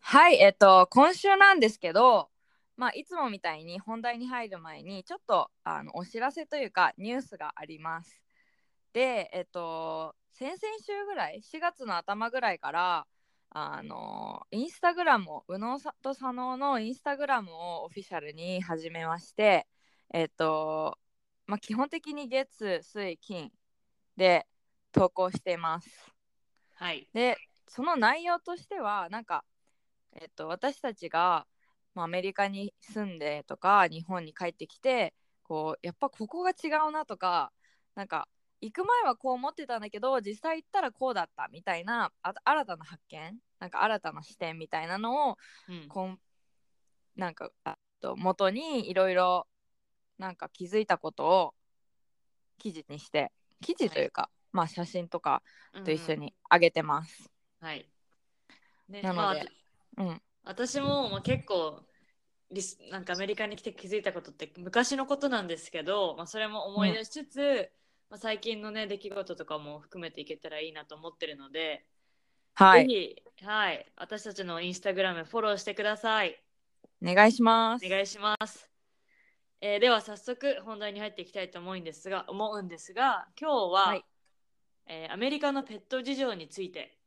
はい、えっと、今週なんですけど、まあ、いつもみたいに本題に入る前に、ちょっとあのお知らせというか、ニュースがあります。で、えっと、先々週ぐらい、4月の頭ぐらいから、あのインスタグラムを、宇野さと佐野のインスタグラムをオフィシャルに始めまして、えっと、まあ、基本的に月、水、金で投稿しています。はい。でその内容としてはなんか、えっと、私たちが、まあ、アメリカに住んでとか日本に帰ってきてこうやっぱここが違うなとかなんか行く前はこう思ってたんだけど実際行ったらこうだったみたいなあ新たな発見なんか新たな視点みたいなのをうんこんなんかあと元にいろいろなんか気づいたことを記事にして記事というか、まあ写真とかと一緒。に上げてます。うんはい。ねなのまあでうん私も、まあ、結構リスなんかアメリカに来て気づいたことって昔のことなんですけど、まあ、それも思い出しつつ、まあ、最近のね出来事とかも含めていけたらいいなと思ってるので、はぜい、ひ、はい、私たちのインスタグラムフォローしてください。お願いしますお。願いします。えーでは早速本題に入っていきたいと思うんですが思うんですが今日は、はいえーアメリカのペット事情について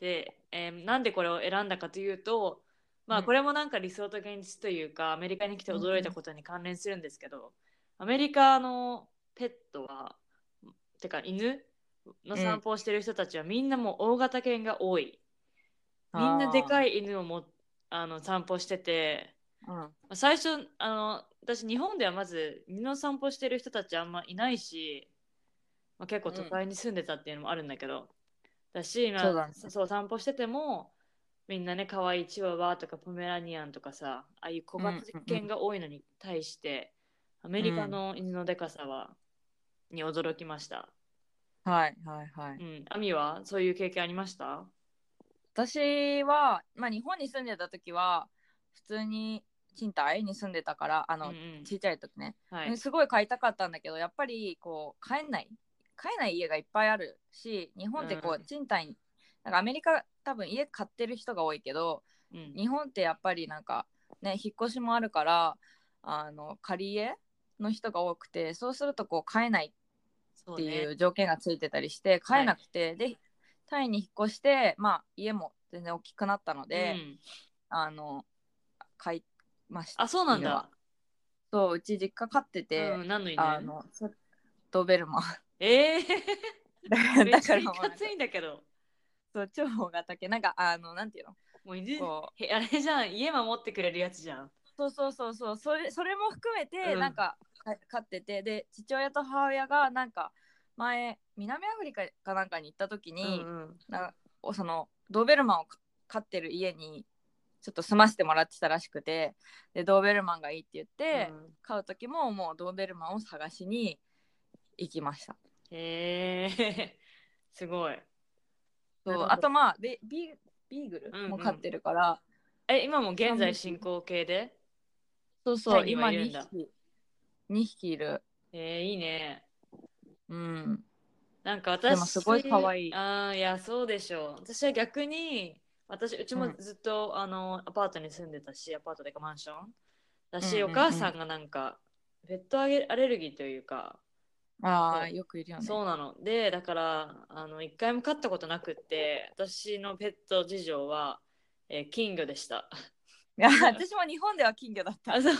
で、えーなんでこれを選んだかというとまあうんこれもなんか理想と現実というかアメリカに来て驚いたことに関連するんですけどアメリカのペットはてか犬の散歩をしてる人たちはみんなもう大型犬が多い、みんなでい。かい犬をもあの散歩しててうん最初あの私日本ではまず犬の散歩してる人たちあんまいないし、まあ、結構都会に住んでたっていうのもあるんだけど、だし、まあ、そうだねそそう散歩しててもみんなね可愛いチワワとかポメラニアンとかさああいう小型犬が多いのに対して、アメリカの犬のでかさは、に驚きました。はいはいはうい。ん、アミはそういう経験ありました私はまあ日本に住んでた時は普通に賃貸に住んでたからあうんうの、んちっちゃい時ね、はすごい買いたかったんだけどやっぱりこう買えない買えない家がいっぱいあるし日本ってこうんう賃貸に、なんかアメリカ多分家買ってる人が多いけどうん日本ってやっぱりなんかね引っ越しもあるからあの借り家の人が多くてそうするとこう買えないそっうていねう条件がついてたりして買えなくて、でタイに引っ越してまあ家も全然大きくなったので、うんあの買いましたあそうなんだ。そううち実家飼ってて、うん、なのにね。あのちょっとベルマンええ め っだちかゃらいもうかついんだけど。そう超大型犬なんかあのなんていうのもう犬こへ あれじゃん、家守ってくれるやつじゃん。そうそうそうそうそれそれも含めてうんなんか、か飼っててで父親と母親がなんか前南アフリカかなんかに行った時に、うんなおそのドーベルマンをか飼ってる家にちょっと住ませてもらってたらしくてでドーベルマンがいいって言って、うん飼う時ももうドーベルマンを探しに行きましたへえ すごい。なそるほうどあとまあビビビーグうんうルんも飼ってるから、え、今も現在進行形でそうそタうイには今い2るんだ匹2匹いるえー、いいね。うんなんか私でもすごい可愛いああ、いや、そうでしょう。私は逆に、私、うちもうんずっと、あの、アパートに住んでたし、アパートでかマンションだし、うんうんうんお母さんがなんか、ペットアレアレルギーというか、あそあうよくいるよねそうなのでだからあの一回も飼ったことなくって私のペット事情は、えー金魚でしたいや私も日本では金魚だったあ そう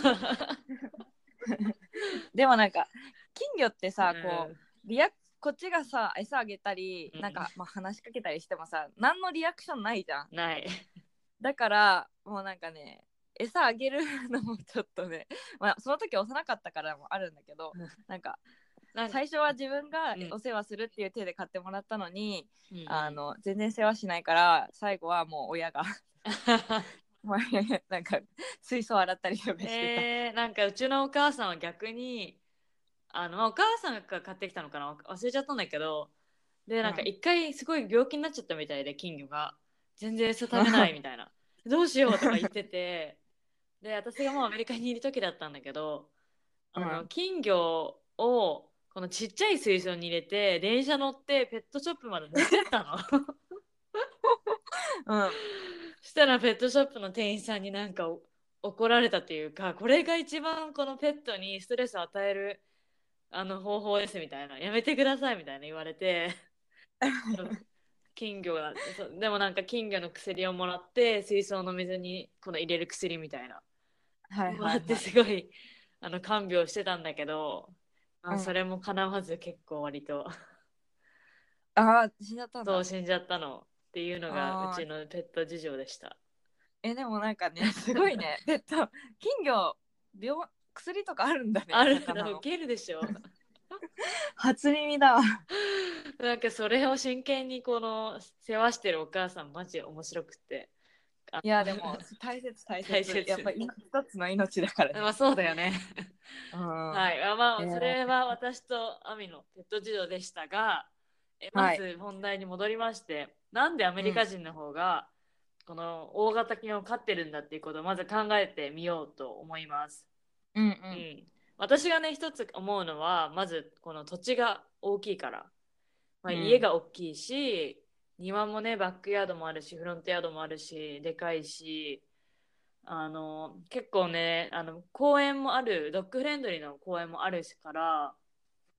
でもなんか金魚ってさ、こううんリアこっちがさ餌あげたり、うんなんか、まあ、話しかけたりしてもさ何のリアクションないじゃんないだからもうなんかね餌あ げるのもちょっとね、まあ、その時幼かったからもあるんだけどうんなんかなん最初は自分がうんお世話するっていう手で買ってもらったのに、うんあ の全然世話しないから最後はもう親が なんか水槽洗ったりとかしてた、えー、なんかうちのお母さんは逆にあの、まあ、お母さんが買ってきたのかな忘れちゃったんだけどでなんかうん一回すごい病気になっちゃったみたいで金魚が全然餌食べないみた いなどうしようとか言っててで私がもうアメリカにいる時だったんだけどあの、うん金魚をこのちっちゃい水槽に入れて電車乗ってペットショップまで乗ってったの。うん、したらペットショップの店員さんになんかお怒られたというかこれが一番このペットにストレスを与えるあの方法ですみたいなやめてくださいみたいな言われてそう金魚がそうでもなんか金魚の薬をもらって水槽の水にこの入れる薬みたいなはいはいもはらい、ってすごいあの看病してたんだけど、まあうんそれも叶わず結構割とああ死んじゃったんそだう死んじゃったのっていうのあがーうちのペット事情でした。えでもなんかねすごい ねペット金魚病薬とかあるんだねある魚のの受けるでしょ初耳だわ なんかそれを真剣にこの世話してるお母さんマジ面白くていやでも大切大切大切やっぱり一つの命だからね、まあそうだよねうん、ははいあまあえーそれは私とアミのペット事情でしたがえはまいず本題に戻りまして、なんでアメリカ人の方がこの大型犬を飼ってるんだっていうことをまず考えてみようと思います、うんううんん私がね一つ思うのはまずこの土地が大きいから、まあ、うん家が大きいし、庭もねバックヤードもあるしフロントヤードもあるしでかいしあの結構ねあの公園もあるドッグフレンドリーの公園もあるから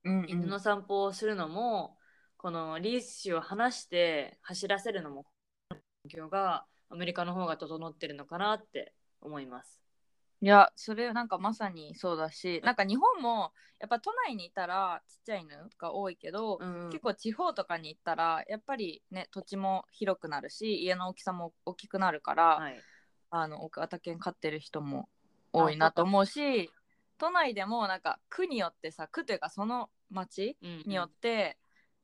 うんうん犬の散歩をするのも、このリーシを離して走らせるのも環境がアメリカの方が整ってるのかなって思います。いやそれなんかまさにそうだしなんか日本もやっぱ都内にいたらちっちゃい犬が多いけど、うん結構地方とかに行ったらやっぱりね土地も広くなるし家の大きさも大きくなるから、はい、あの大型犬飼ってる人も多いなと思うし都内でもなんか区によってさ区というかその町うんによって、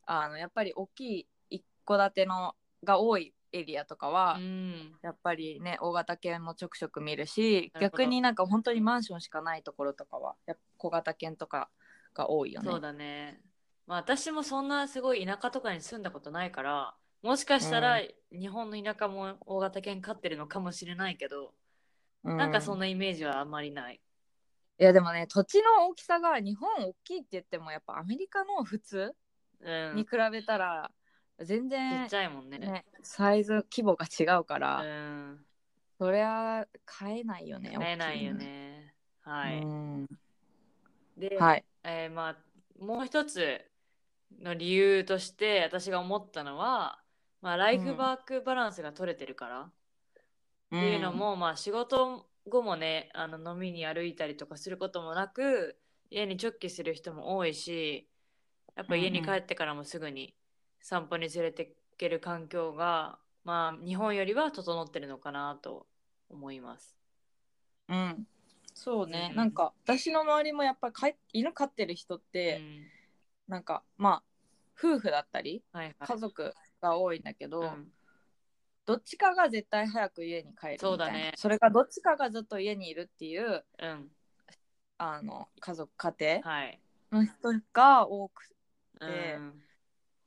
あのやっぱり大きい一戸建てのが多いエリアとかは、うんやっぱりね大型犬もちょくちょく見るしなるほど逆になんか本当にマンションしかないところとかはやっぱ小型犬とかが多いよね。そうだね。まあ私もそんなすごい田舎とかに住んだことないから、もしかしたら日本の田舎も大型犬飼ってるのかもしれないけど、うなんかそんいなイメージはあんまりない。やでもね土地の大きさが日本大きいって言ってもやっぱアメリカの普通うん。にち比べたら全然っちゃいもんね。ね、サイズ規模が違うかうら、ん。そりゃ買えないよね会えないよ大きね。いのはい。うんで、はいえーまあもう一つの理由として私が思ったのは、まあライフワークバランスが取れてるから。っっていうの、も、まあ仕事後もねあの飲みに歩いたりとかすることもなく家に直帰する人も多いしやっぱ家にうん帰うんってからもすぐに散歩に連れていける環境が、まあ日本よりは整ってるのかなと思います。うんうんそうね、うんなんか私の周りもやっぱ飼い犬飼ってる人っうて、ん、なんかまあ夫婦だったりはいはい家族が多いんだけど、うんどっちかが絶対早く家に帰るみたいなそうだねそれかどっちかがずっと家にいるっていううん、あの家族家庭はい、の人が多くうでん、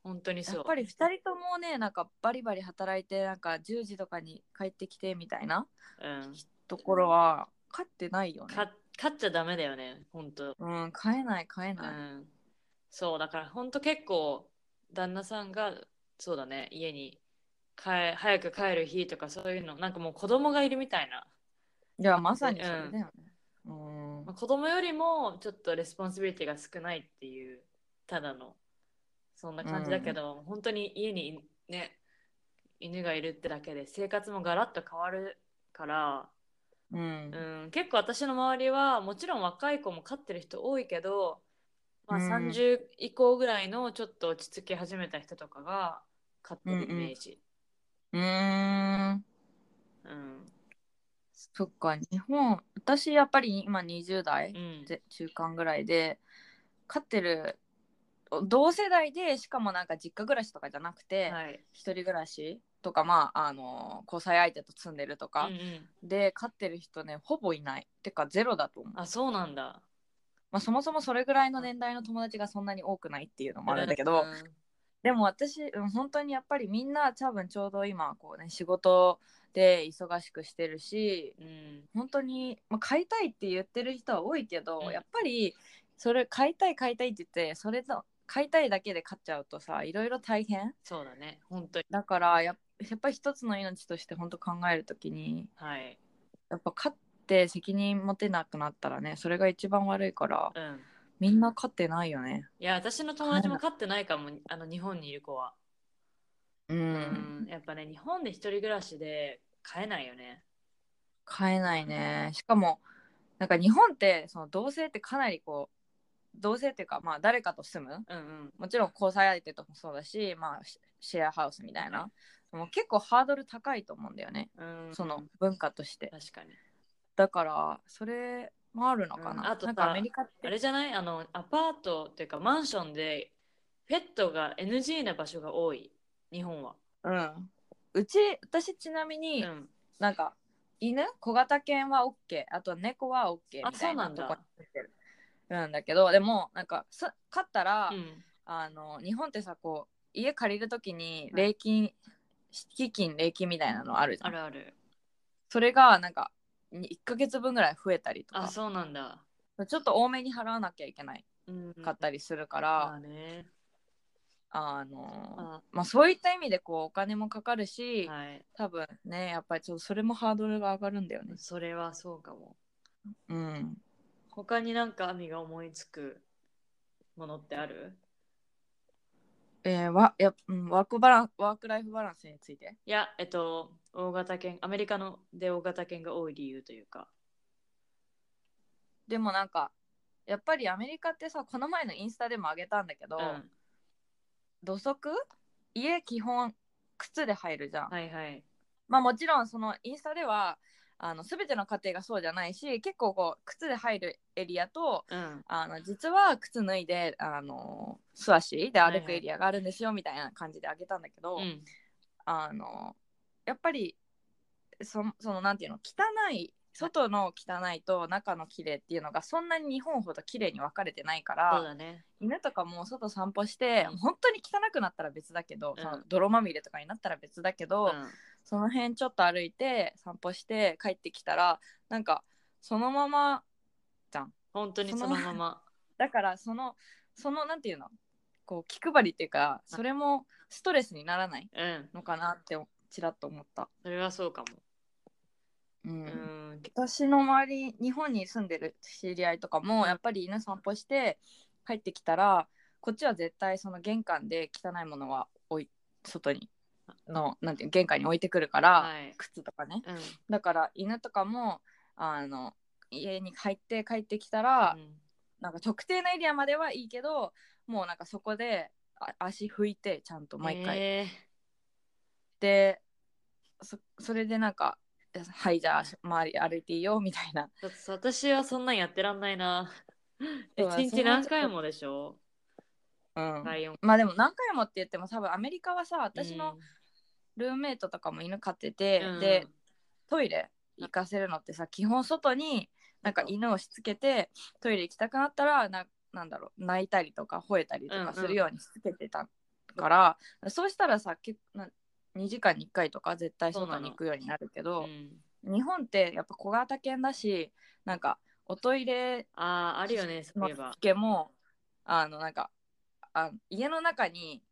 本当にそうやっぱり2人ともねなんかバリバリ働いてなんか10時とかに帰ってきてみたいなうん、ところは飼ってないよね。か勝っちゃダメだよね本当うん、飼えない飼えうない。ん、そうだから本当結構旦那さんがそうだね家に帰早く帰る日とかそういうのなんかもう子供がいるみたいな、いやまさにそれだよね。うんまあ、子供よりもちょっとレスポンシビリティが少ないっていうただのそんな感じだけど、本当に家にね犬がいるってだけで生活もガラッと変わるから、うんうん、結構私の周りはもちろん若い子も飼ってる人多いけど、まあ、うん30以降ぐらいのちょっと落ち着き始めた人とかが飼ってるイメージ。うーんうんそっか日本私やっぱり今20代うんぜ中間ぐらいで飼ってる同世代でしかもなんか実家暮らしとかじゃなくて、はい。一人暮らしとかまああの交際相手と住んでるとかうん、うんで飼ってる人ねほぼいないてかゼロだと思う、あ、そうなんだ。まあ、そもそもそれぐらいの年代の友達がそんなに多くないっていうのもあるんだけど、うんでも私、うん、本当にやっぱりみんな多分ちょうど今こうね仕事で忙しくしてるしうん。本当に、まあ、買いたいって言ってる人は多いけど、うんやっぱりそれ買いたい買いたいって言ってそれと買いたいだけで買っちゃうとさいろいろ大変そうだね。本当に。だからやっやっぱり一つの命として本当考えるときにはい。やっぱ買って責任持てなくなったらねそれが一番悪いからうん。みんな買ってないよね。いや、私の友達も飼ってないかも、あの、日本にいる子は。う、うんやっぱね、日本で一人暮らしで飼えないよね。買えないねしかもなんか日本ってその同性ってかなりこう同性っていうかまあ誰かと住むうんうん。もちろん交際相手ともそうだし、まあ、シシェアハウスみたいなもう結構ハードル高いと思うんだよねうん、その文化として確かにだからそれもあるのかな、うんあとさなんかアメリカっあてれじゃないあのアパートっていうかマンションでペットが NG な場所が多い日本は、うんうち私ちなみうに、ん、なんか犬小型犬は OK あと猫は OK みたあいそうななんとだこに住んでるうんだけどでもなんかさ飼ったら、うんあの日本ってさこう家借りるときに礼金敷金礼金みたいなのあるじゃあんるあるそれがなんか1ヶ月分ぐらい増えたりとあかそうなんだ、ちょっと多めに払わなきゃいけないうん、かったりするかまら、あねあのあまあ、そういった意味でこうお金もかかるし、はい多分ねやっぱりちょっとそれもハードルが上がるんだよね。それはそうかもうん、他になんかアミが思いつくものってあるえーわやうん、ワークバランワークライフバランスについていやえっと大型犬アメリカので大型犬が多い理由というかでもなんかやっぱりアメリカってさこの前のインスタでも上げたんだけど、うん土足家基本靴で入るじゃん、はいはいまあもちろんそのインスタではあの全ての家庭がそうじゃないし結構こう靴で入るエリアとうんあの実は靴脱いであの素足で歩はいはくいエリアがあるんですよみたいな感じであげたんだけど、うんあのやっぱりそそのなんていうの汚い外の汚いと中の綺麗っていうのがそんなに日本ほど綺麗に分かれてないから、そうだね犬とかも外散歩して、うん本当に汚くなったら別だけど、うんその泥まみれとかになったら別だけど、うんその辺ちょっと歩いて散歩して帰ってきたらなんかそのまま本当にそそののままだからそのそのなんていうのこう気配りっていうかそれもストレスにならないうんのかなってちらっと思った。それはそうかもうんうん私の周り日本に住んでる知り合いとかもやっぱり犬散歩して帰ってきたらこっちは絶対その玄関で汚いものは置い外にのなんていう玄関に置いてくるから、はい靴とかねうんだから犬とかもあの家に入って帰ってきたら、うんなんか特定のエリアまではいいけどもうなんかそこであ足拭いてちゃんと毎回、えでそそれでなんか「はいじゃあ周り歩いていいよ」みたいなーちょっと私はそんなんやってらんな いな。そう一だ日何回もでしょうん、ライオン。まあでも何回もって言っても多分アメリカはさ私のうんルームメイトとかも犬飼ってて、うんでトイレ行かせるのってさ基本外になんか犬をしつけてトイレ行きたくなったらななんだろう泣いたりとか吠えたりとうんうんかするようにしつけてたから、そうしたらさ結な2時間に1回とか絶対外に行くようになるけうど、ん日本ってやっぱ小型犬だしなんかおトイレああ、あるよね、そうのいえばつ。けもあのなんかあ家の中に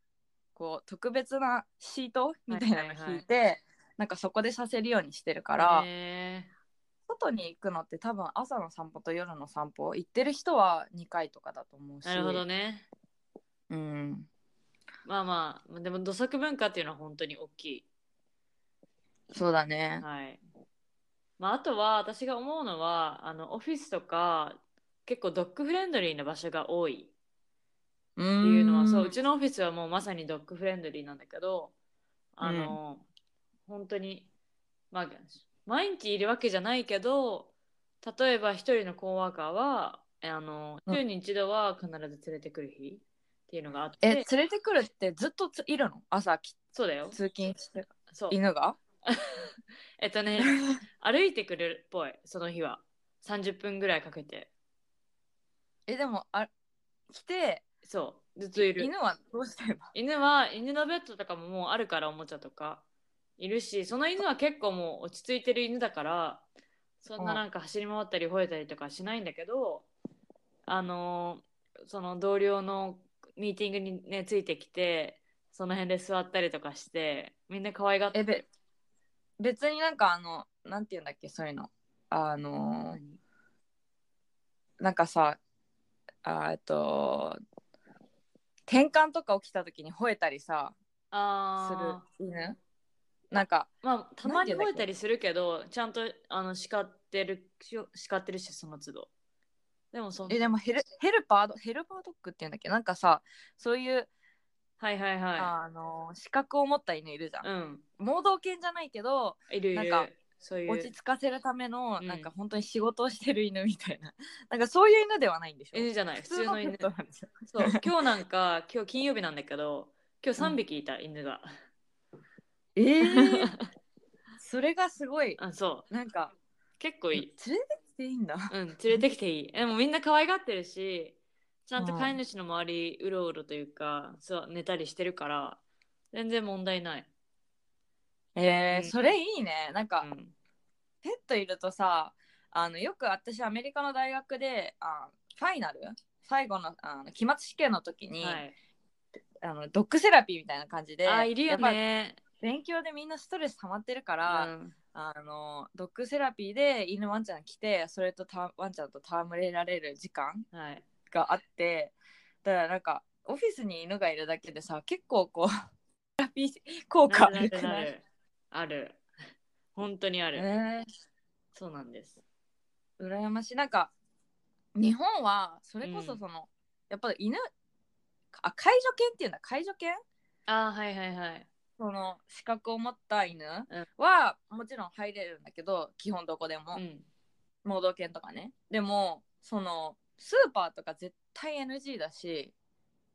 こう特別なシートみたいなのはいはいは引いいて、なんかそこでさせるようにしてるから、え外に行くのって多分朝の散歩と夜の散歩行ってる人は2回とかだと思うしー、なるほどね。うん、まあまあ、でも土足文化っていうのは本当に大きい。そうだね、はい。まあ、あとは私が思うのは、あのオフィスとか結構ドッグフレンドリーな場所が多い。うっていうのはそううのちのオフィスはもうまさにドッグフレンドリーなんだけどあの、本当にまあ毎日いるわけじゃないけど例えば一人のコーワーカーはあのうん週に一度は必ず連れてくる日っていうのがあっえ連てれてくるってずっとついるの朝きそうだよ通勤してそう犬がえっとね 歩いてくれるっぽいその日は30分ぐらいかけてえでもあ来てそうずっといる犬はどうしてるの犬は犬のベッドとかももうあるからおもちゃとかいるしその犬は結構もう落ち着いてる犬だからそんななんか走り回ったり吠えたりとかしないんだけどあのーその同僚のミーティングにねついてきてその辺で座ったりとかしてみんな可愛がってえべ別になんかあのなんて言うんだっけそういうのあの何なんかさあえっと転換とか起きた時に吠えたりさすあーる犬なんかまあたまになんて言うんだっけ吠えたりするけどちゃんとあの叱ってるし叱ってるしその都度でもそのえでもヘルヘルパードヘルパードッグって言うんだっけなんかさそういう、はいはいはあの資格を持った犬いるじゃ、いうんん盲導犬じゃないけどいるいるなんかそういう落ち着かせるための、うんなんか本当に仕事をしてる犬みたいななんかそういう犬ではないんでしょ犬じゃない普通の犬ペットなんでしょそう今日なんか今日金曜日なんだけど今日う3ん匹いた、犬がえー、それがすごい あそうなんか結構い連れいてきていいんだうん連れてきていいでもみんな可愛がってるしちゃんとうん飼い主の周りうろうろというかそう寝たりしてるから全然問題ない、えー、うんそれいいねなんか、うん、ペットいるとさあのよく私アメリカの大学であファイナル最後のあの期末試験の時に、はいあのドッグセラピーみたいな感じであいるよやっぱね勉強でみんなストレス溜まってるかうら、んあのドッグセラピーで犬ワンちゃん来てそれとたワンちゃんと戯れられる時間はいがあってだからなんかオフィスに犬がいるだけでさ結構こう セラピー効果なあるるくなるなないるある本当にある、ねそうなんですえ羨ましいなんか日本はそれこそうんその、やっぱり犬あ介助犬っていうんだ介助犬あはいはいはいその資格を持った犬んは、もちろん入れるんだけど基本どこでも、うん盲導犬とかねでもそのスーパーとか絶対 NG だし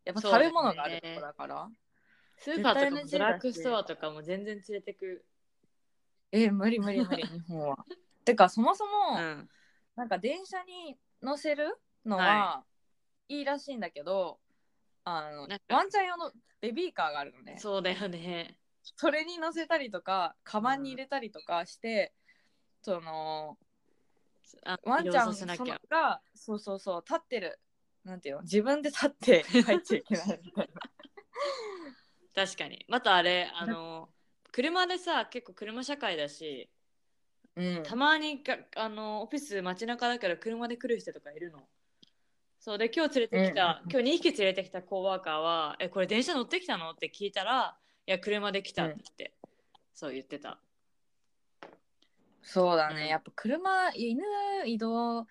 やっぱそうだ食ねべ物があるとこだからスーパーとか絶も対 NG だしドラッグストアとかも全然連れてくえー無理無理無理日本 はてかそもそも、んなんか電車に乗せるのは、、はいいらしいんだけどあのなんかワンちゃん用のベビーカーがあるのねそそうだよね。れに乗せたりとかカバンに入れたりとかして、そのあワンちゃん移動させなきそのゃ。がそうそうそう立ってるなんていうの自分で立って入っちゃいけないみたい な確かに。またあれ、あの、車でさ、結構車社会だし、うんたまにがあのオフィス街中だから車で来る人とかいるの。そうで、今日連れてきた、うん今日2匹連れてきたコーワーカーは、え、これ電車乗ってきたのって聞いたら、いや、車で来たって言って、そう言ってた。そうだうんねやっぱ車犬移動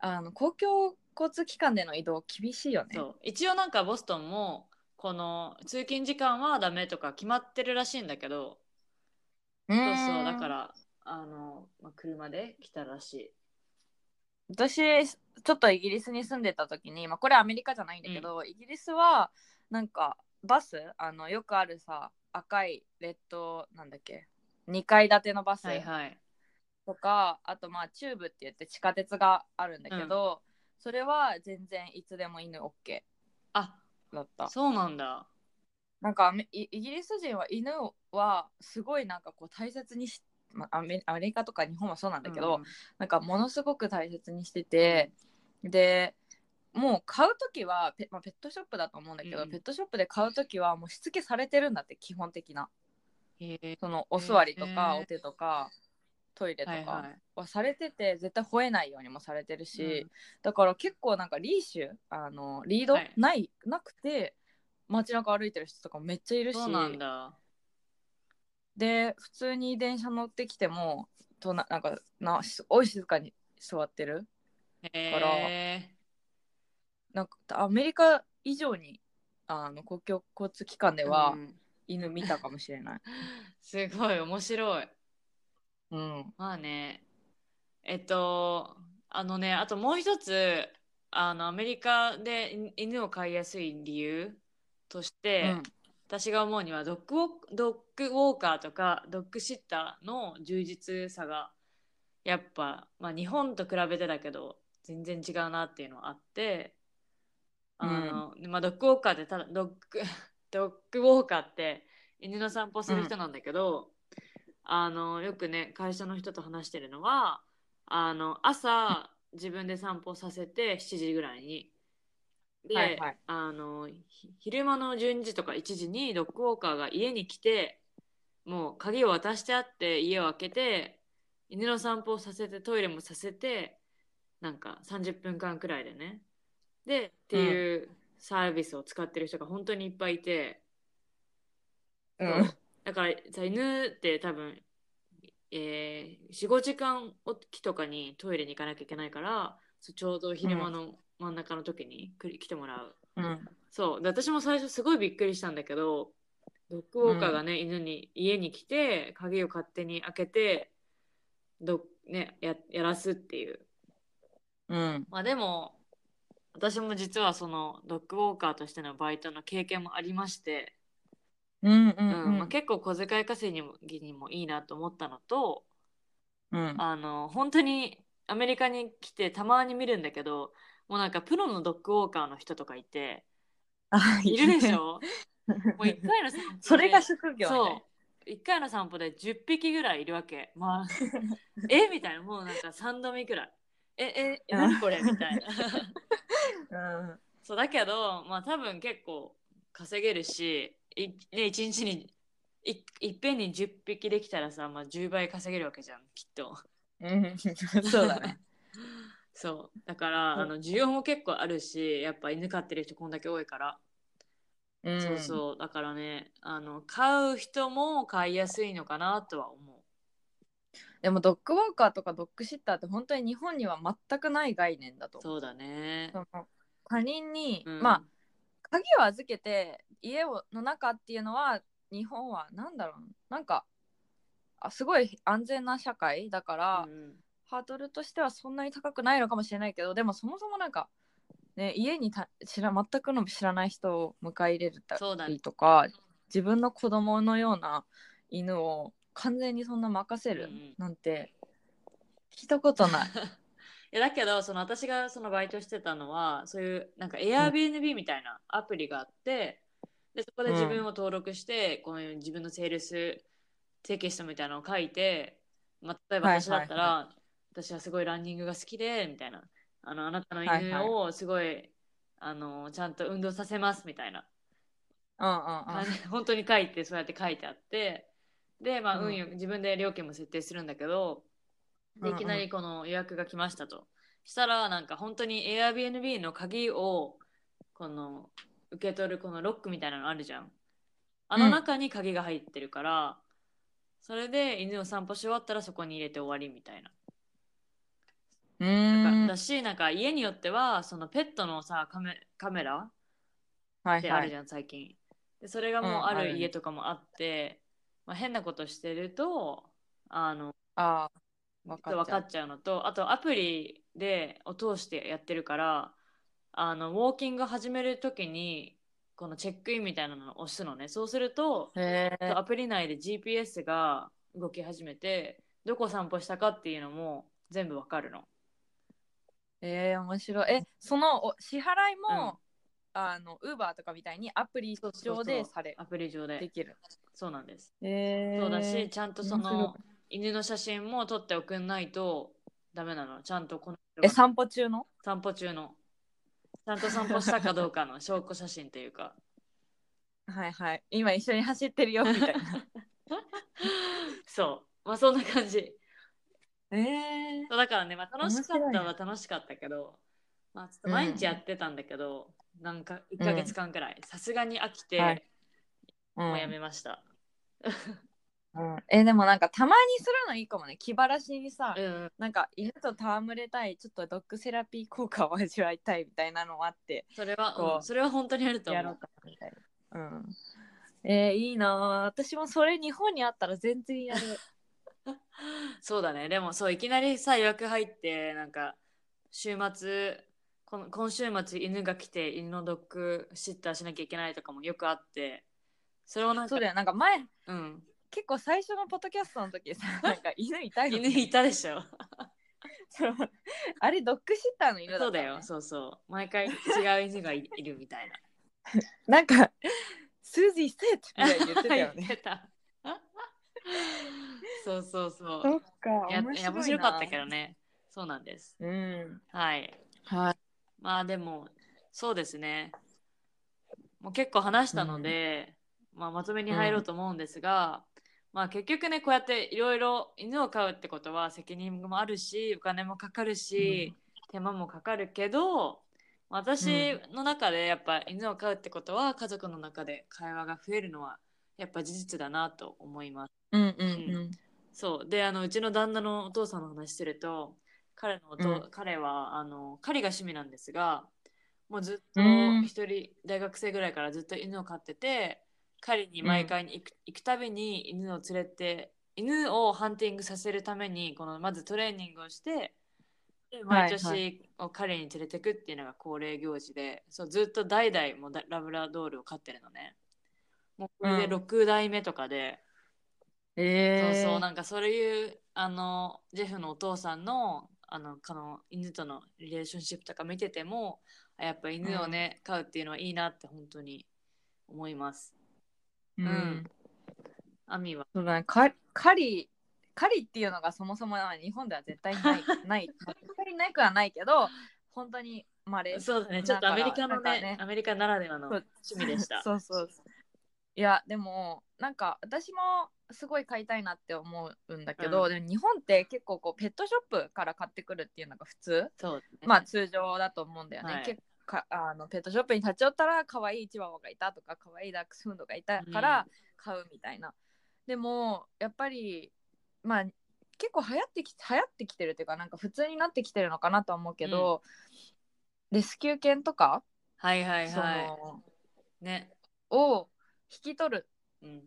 あの公共交通機関での移動厳しいよねそう一応なんかボストンも、この通勤時間はダメとか決まってるらしいんだけど、うそんうそう、だから、あの、まあ、車で来たらしい。私ちょっとイギリスに住んでた時に、まあ、これアメリカじゃないんだけど、イギリスはなんかバスあのよくあるさ赤いレッドなんだっけ2階建てのバスはいはい。とか、あとまあチューブって言って地下鉄があるんだけど、それは全然いつでも犬 OK あだったそうなんだ。なんかアメイイギリス人は犬はすごいなんかこう大切にし、まあ、アメアメリカとか日本はそうなんだけど、うんなんかものすごく大切にしてて、でもう買う時はペ,、まあ、ペットショップだと思うんだけど、うんペットショップで買う時はもうしつけされてるんだって基本的なへえそのお座りとか、へーお手とかトイレとはいはかい。はされてて、絶対吠えないようにもされてるし、だから結構なんかリーシュあのリード、はいないなくて街中歩いてる人とかもめっちゃいるしそうなんだ。で普通に電車乗ってきてもとななんかなすごい静かに座ってるへからえ。なんかアメリカ以上にあの公共交通機関ではうん犬見たかもしれ ない。すごい面白い。うん、まあね。えっと、あのね、あともう一つ、あのアメリカでい犬を飼いやすい理由として、うん私が思うにはドッグウォードッグウォーカーとかドッグシッターの充実さがやっぱ、まあ、日本と比べてだけど全然違うなっていうのはあってあの、まあ、ドッグウォーカーってただドッグ ドッグウォーカーって犬の散歩する人なんだけど、あのよくね会社の人と話してるのはあの朝自分で散歩させて7時ぐらいに。で、はいはいあのひ昼間の12時とか1時にドッグウォーカーが家に来てもう鍵を渡してあって家を開けて犬の散歩をさせてトイレもさせてなんか30分間くらいでねでっていうサービスを使ってる人が本当にいっぱいいて、うんだからさ犬って多分、えー、45時間おきとかにトイレに行かなきゃいけないからそうちょうど昼間の真ん中の時に来る来てもらううんそうで私も最初すごいびっくりしたんだけどドッグウォーカーがね、犬に家に来て鍵を勝手に開けてど、ね、ややらすっていううんまあでも私も実はそのドッグウォーカーとしてのバイトの経験もありまして、うんううんんまあ、結構小遣い稼ぎにもにもいいなと思ったのとうんあの本当にアメリカに来てたまに見るんだけどもうなんかプロのドッグウォーカーの人とかいているでしょもう1回の散歩で それが職業ねそう1回の散歩で10匹ぐらいいるわけ、まあ、 えみたいなもうなんか3度目くらいえええ何これみたいなうんそうだけどまあ多分結構稼げるしい、ね、1日にいいっぺんに10匹できたらさ、まあ、10倍稼げるわけじゃんきっと うん そうだねそうだか ら、うんあの需要も結構あるしやっぱ犬飼ってる人こんだけ多いから、うんそうそうだからねあの飼う人も飼いやすいのかなとは思うでもドッグウォーカーとかドッグシッターって本当に日本には全くない概念だと思うそうだねその他人に、うんまあ鍵を預けて家をの中っていうのは日本はなんだろうなんかあすごい安全な社会だから、うんハードルとしてはそんなに高くないのかもしれないけどでもそもそもなんか、ね、家にた知ら全くの知らない人を迎え入れるたそうだねりとか、自分の子供のような犬を完全にそんな任せるうんうんなんて聞いたこと ない。いやだけどその私がそのバイトしてたのはそういうなんか Airbnb みたいなアプリがあって、でそこで自分を登録して、こういう自分のセールステキストみたいなのを書いて、まあ、例えばはい私だったら、私はすごいランニングが好きでみたいなあのあなたのはいは犬いをすごい、あのちゃんと運動させますみたいなうんうんうん感じ本当に書いてそうやって書いてあってでまあうん運よく自分で料金も設定するんだけど、でうんいうんきなりこの予約が来ましたとしたらなんか本当に Airbnb の鍵をこの受け取るこのロックみたいなのあるじゃんあの中に鍵が入ってるから、それで犬を散歩し終わったらそこに入れて終わりみたいなうなーんかんだしなんか家によってはそのペットのさカメカメラはっいてあはるいじゃん、最近でそれがもううんああるるね家とかもあって、まあ、変なことしてるとあのあー分分かかっちゃうっちゃうのとあとアプリでを通してやってるからあのウォーキング始める時にこのチェックインみたいなのを押すのねそうするとーへえアプリ内で GPS が動き始めてどこ散歩したかっていうのも全部わかるの。えー、面白い。え、そのお支払いも、あの、ウーバーとかみたいにアプリそうそう上そうでされアプリ上でできる。そうなんです。えー、そうだし、ちゃんとそ面の白犬の写真も撮っておくんないとダメなの。ちゃんとこの人え、が散歩中の散歩中の、ちゃんと散歩したかどうか の証拠写真というか。はいはい。今一緒に走ってるよみたいな。そう。まあそんな感じ。 えー、そうだからね、まあ、楽しかっ面白たいは楽しかったけど、まあちょっと毎日やってたんだけど、なんか1ヶ月間くらい、さすがに飽きて、はい もうやめました。うんうんえ、でもなんかたまにするのいいかもね。気晴らしにさ、うん。なんか犬と戯れたい、ちょっとドッグセラピー効果を味わいたいみたいなのもあって、それは、こううんそれは本当にあるとや思ろうう。かなみたいな。うん。えー、いいなぁ私もそれ日本にあったら全然やる。そうだね。でもそう、いきなりさ、予約入って、なんか、週末、この今週末犬が来て犬のドッグシッターしなきゃいけないとかもよくあってそれをなんそかう だよなんか前うん結構最初のポッドキャストの 時さなんか犬いたよ、犬ね、いたでしょそうあれドッグシッターの犬だった、ね、そうだよそうそう毎回違う犬がいいるみたいななんか スージーセットみたいに言ってたよ 言っねてたそうそうそうそっかや面白いいなや面白かったけどねそうなんですうんはいはいまあでもそうですねもう結構話したので、まあ、まとめに入ろうと思うんですが、まあ結局ねこうやっていろいろ犬を飼うってことは責任もあるしお金もかかるし、手間もかかるけど私の中でやっぱ犬を飼うってことは家族の中で会話が増えるのはやっぱ事実だなと思います。うんうんそうであのうちの旦那のお父さんの話すると彼のおと、うん彼はあの狩りが趣味なんですがもうずっうとん一人、大学生ぐらいからずっと犬を飼ってて狩りに毎回に行く,、行くたびに犬を連れて犬をハンティングさせるためにこのまずトレーニングをしてで毎は年を彼に連れてくっていうのが恒例行事でそうずっと代々もうだラブラドールを飼ってるのね。もうこれうんで6代目とかで、そうええー、そうなんかそういうあのジェフのお父さんのあのこの犬とのリレーションシップとか見ててもあやっぱ犬をね、飼うっていうのはいいなって本当に思います。うんうんアミはそうだねか狩り狩りっていうのがそもそもまあ日本では絶対 ないない絶対なくはないけど本当にまれそうだねちょっとだアからメリカなのんかねねアメリカならではのそう。趣味でし たそうそうそういやでもなんか私もすごい買いたいなって思うんだけど、うんでも日本って結構こうペットショップから買ってくるっていうのが普通、そうねまあ通常だと思うんだよね、はい結構かあのペットショップに立ち寄ったら可愛いチワワがいたとか可愛いダックスフンドがいたから買うみたいな、でもやっぱりまあ結構流行ってき流行ってきてるっていうかなんか普通になってきてるのかなとは思うけど、レスキュー犬とか、はいはいそはのい。ね。を引き取るうん、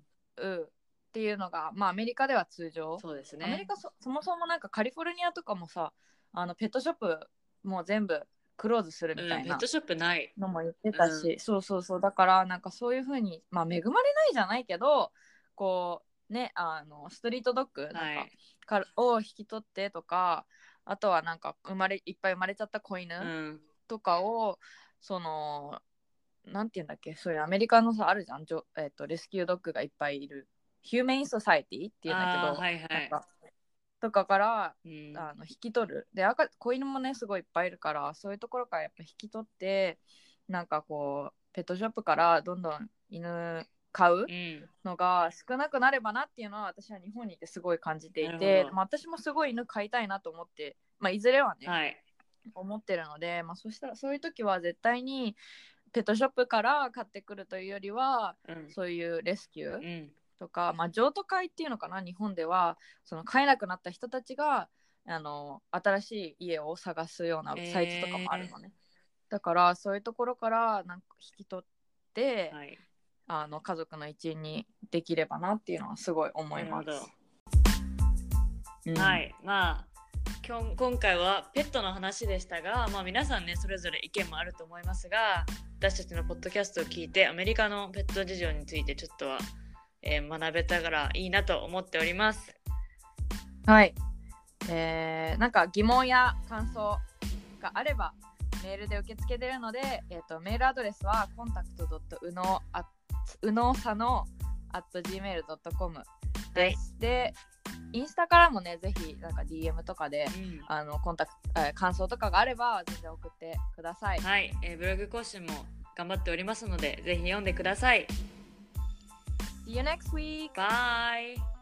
っていうのが、まあ、アメリカでは通常、そうですアメリね。カそそもそもなんかカリフォルニアとかもさあのペットショップもう全部クローズするうみん、たいペッなトショップない。のも言ってたし、そうそうそうだからなんかそういうふうに、まあ、恵まれないじゃないけどこうねあのストリートドッグなんか、はい。からを引き取ってとかあとはなんか生まれいっぱい生まれちゃった子犬、うん。とかをそのなんて言うんだっけそういうアメリカのさあるじゃん、じょえっとレスキュードッグがいっぱいいるヒューメイン・ソサエティっていうんだけあど、ーはいはなんい。かとかからうんあの引き取るで赤子犬もねすごいいっぱいいるからそういうところからやっぱ引き取ってなんかこうペットショップからどんどん犬買ううん。のが少なくなればなっていうのは私は日本にいてすごい感じていなるてほ、どまあ、私もすごい犬飼いたいなと思って、まあ、いずれはね、はい。思ってるので、まあ、そしたらそういう時は絶対にペットショップから買ってくるというよりはうん。そういうレスキュうーん。とか、まあ、譲渡会っていうのかな日本ではその飼えなくなった人たちがあの新しい家を探すようなサイトとかもあるのね、だからそういうところからなんか引き取って、はい。あの家族の一員にできればなっていうのはすごい思いますなるほど。うんはい、まあ今日今回はペットの話でしたが、まあ、皆さんねそれぞれ意見もあると思いますが私たちのポッドキャストを聞いてアメリカのペット事情についてちょっとは、えー学べたからいいなと思っております。はい。えーなんか疑問や感想があればメールで受け付けてるので、えー、とメールアドレスは contact.uno.gmail.com です。で、インスタからもね、ぜひなんか DM とかでうんあのコンタクト、えー感想とかがあれば全然送ってください。はい、えーブログ更新も頑張っておりますのでぜひ読んでください。 See you next week! バイ